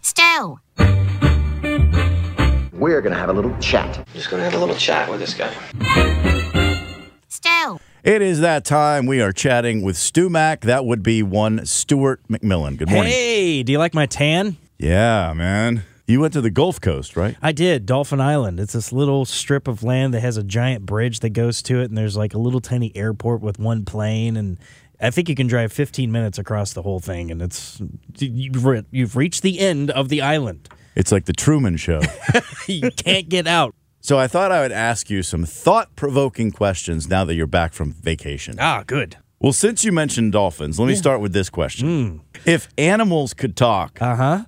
Stu, We're gonna have a little chat. Just gonna have a little chat with this guy. Stu, It is that time. We are chatting with Stu Mack. That would be one Stuart McMillan. Good morning. Hey, do you like my tan? Yeah, man. You went to the Gulf Coast, right? I did. Dolphin Island. It's this little strip of land that has a giant bridge that goes to it, and there's like a little tiny airport with one plane, and I think you can drive 15 minutes across the whole thing, and it's you've re- you've reached the end of the island. It's like the Truman Show. You can't get out. so I thought I would ask you some thought provoking questions now that you're back from vacation. Ah, good. Well, since you mentioned dolphins, let me start with this question. Hmm. If animals could talk, Uh huh.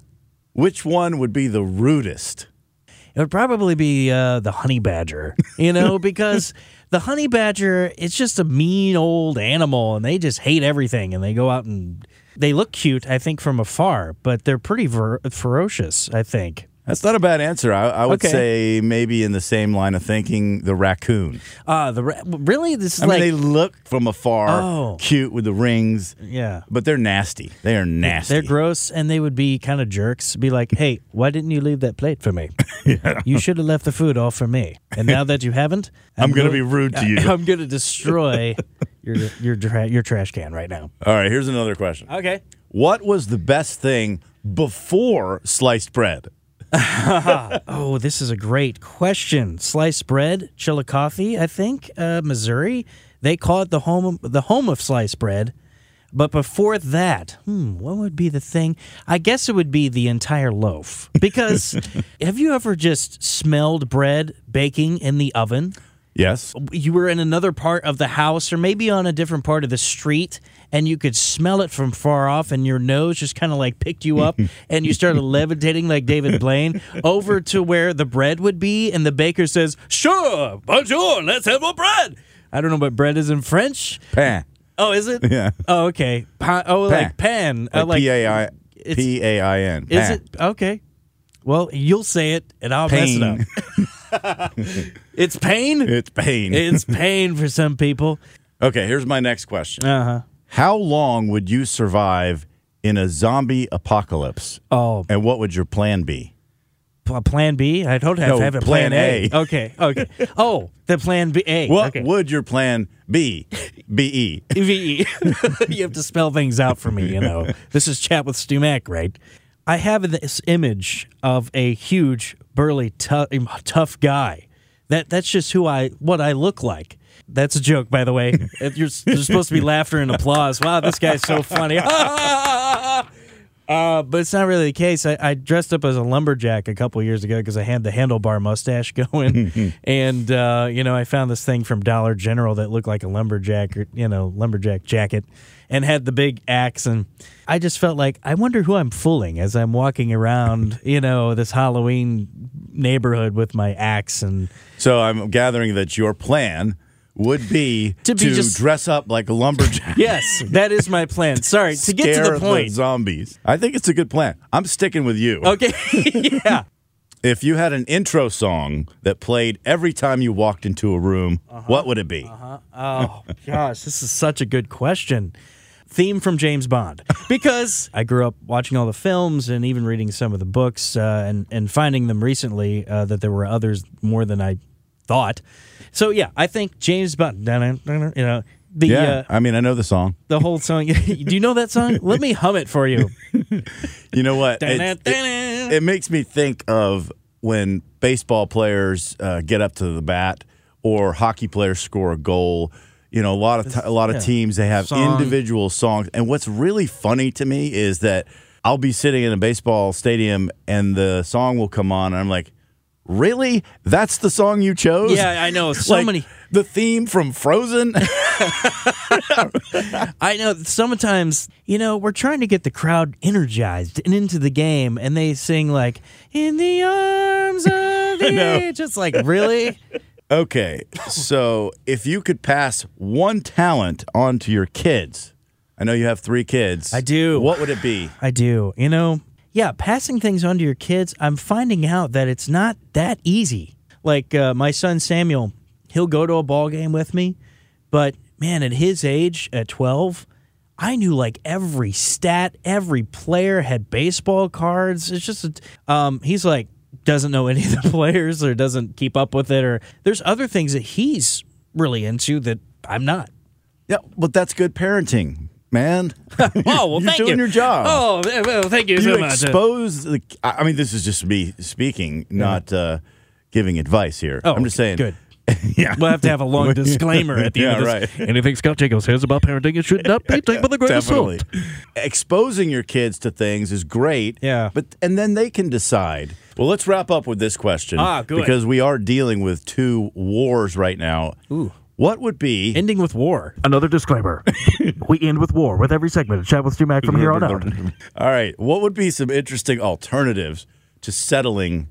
which one would be the rudest? It would probably be uh, the honey badger, you know, because the honey badger, it's just a mean old animal and they just hate everything and they go out and they look cute, I think, from afar, but they're pretty ver- ferocious, I think. That's not a bad answer. I, I would Okay. say maybe in the same line of thinking, the raccoon. Uh, the ra- really, this is I like, mean, they look from afar Oh. cute with the rings, yeah. but they're nasty. They are nasty. They're gross and they would be kind of jerks. Be like, hey, why didn't you leave that plate for me? You should have left the food all for me. And now that you haven't, I'm gonna be rude to you. I'm going to destroy your your, tra- your trash can right now. All right, here's another question. Okay. What was the best thing before sliced bread? Oh, this is a great question. Sliced bread, Chillicothe, I think, uh, Missouri. They call it the home the home of sliced bread. But before that, hmm, what would be the thing? I guess it would be the entire loaf. Because have you ever just smelled bread baking in the oven? Yes. You were in another part of the house or maybe on a different part of the street and you could smell it from far off and your nose just kind of like picked you up and you started levitating like David Blaine over to where the bread would be and the baker says, "Sure, bonjour, let's have more bread." I don't know what bread is in French. Pan. Oh, is it? Yeah. Oh, okay. Pa- oh, like pan. Uh, Like P A I it's- P A I N. Is Pan. it okay? Well, you'll say it, and I'll mess it Pain. up. It's pain. It's pain. it's pain for some people. okay, here's my next question. Uh huh. How long would you survive in a zombie apocalypse? Oh, And what would your plan be? pl- Plan B. I don't have No, to have a plan plan, A. A. Okay. Okay. oh, the Plan B. A. What okay. would your plan be? B E. VE. you have to spell things out for me, you know. This is Chat with Stu Mack, right? I have this image of a huge, burly, tou- um, tough guy. That That's just who I, what I look like. That's a joke, by the way. If You're, there's supposed to be laughter and applause. Wow, this guy's so funny. Uh, but it's not really the case. I, I dressed up as a lumberjack a couple years ago because I had the handlebar mustache going, and uh, you know I found this thing from Dollar General that looked like a lumberjack, or, you know, lumberjack jacket, and had the big axe. And I just felt like I wonder who I'm fooling as I'm walking around, you know, this Halloween neighborhood with my axe. And So I'm gathering that your plan would be to, To be just- dress up like a lumberjack. yes, that is my plan. Sorry to get to scare the point. zombies. I think it's a good plan. I'm sticking with you. Okay, yeah. If you had an intro song that played every time you walked into a room, Uh-huh. what would it be? Oh gosh, this is such a good question. Theme from James Bond because I grew up watching all the films and even reading some of the books uh, and and finding them recently uh, that there were others more than I thought. So yeah, I think James Bond. dun, dun, dun, You know the Yeah. uh, I mean, I know the song. the whole song. Do you know that song? Let me hum it for you. You know what? It's- it- it makes me think of when baseball players uh, get up to the bat or hockey players score a goal. You know, a lot of t- a lot of teams they have Song. individual songs, and what's really funny to me is that I'll be sitting in a baseball stadium and the song will come on, and I'm like, "Really? That's the song you chose?" Yeah, I know. So Like, many. The theme from Frozen. I know that sometimes, you know, we're trying to get the crowd energized and into the game, and they sing like, in the arms of the. Just like, really? Okay, so if you could pass one talent on to your kids, I know you have three kids. I do. What would it be? I do. You know, yeah, passing things on to your kids, I'm finding out that it's not that easy. Like uh, my son Samuel, he'll go to a ball game with me, but man, at his age, at 12, I knew like every stat, every player had baseball cards. It's just, a, um, he's like, doesn't know any of the players or doesn't keep up with it. Or there's other things that he's really into that I'm not. Yeah, but that's good parenting, man. Oh, well, You're thank doing you. your job. Oh, well, thank you, so you much. expose the. I I mean, this is just me speaking, not uh, giving advice here. Oh, I'm just saying. Good. Yeah. We'll have to have a long disclaimer at the end Yeah, of this. Anything Scott Jacobs says about parenting, it should not be taken with a grain of Definitely. salt. Exposing your kids to things is great. Yeah. But and then they can decide. Well, let's wrap up with this question. Ah, good. Because we are dealing with two wars right now. Ooh. What would be Ending with war. Another disclaimer. we end with war with every segment of Chat with Stu Mac from here on out. all right, what would be some interesting alternatives to settling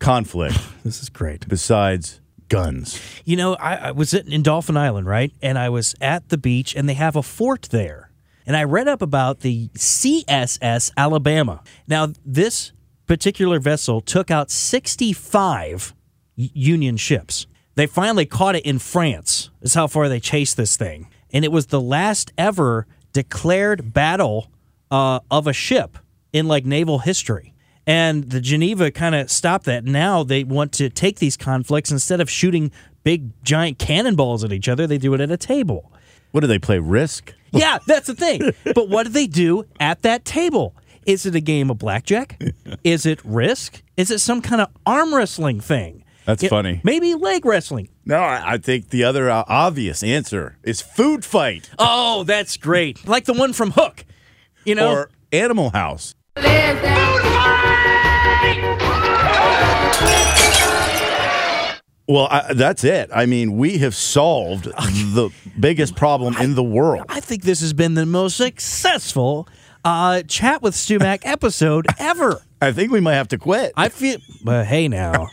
conflict This is great. besides guns? You know, I, I was in in Dolphin Island, right? And I was at the beach, and they have a fort there. And I read up about the CSS Alabama. Now, this particular vessel took out 65 U- Union ships. They finally caught it in France, is how far they chased this thing. And it was the last ever declared battle uh, of a ship in like naval history. And the Geneva kind of stopped that. Now they want to take these conflicts instead of shooting big giant cannonballs at each other, they do it at a table. What do they play risk? Yeah, that's the thing. But what do they do at that table? Is it a game of blackjack? Is it risk? Is it some kind of arm wrestling thing? That's It- funny. Maybe leg wrestling. No, I, I think the other uh, obvious answer is food fight Oh, that's great. Like the one from Hook. You know? or Animal House. Well, I, that's it. I mean, we have solved the biggest problem in the world. I think this has been the most successful uh, chat with Stumac episode ever. I think we might have to quit. I feel. Well, hey now.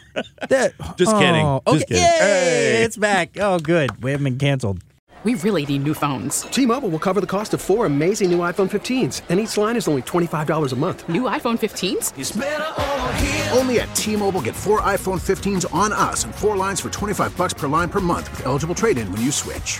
That- Just kidding. Oh, Just okay. kidding. Yay, Hey. It's back. Oh, good. We haven't been canceled. We really need new phones. T-Mobile will cover the cost of four amazing new iPhone 15s, and each line is only $25 a month. New iPhone 15s? Only at T-Mobile, get four iPhone 15s on us and four lines for 25 bucks per line per month with eligible trade-in when you switch.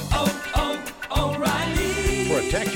Protect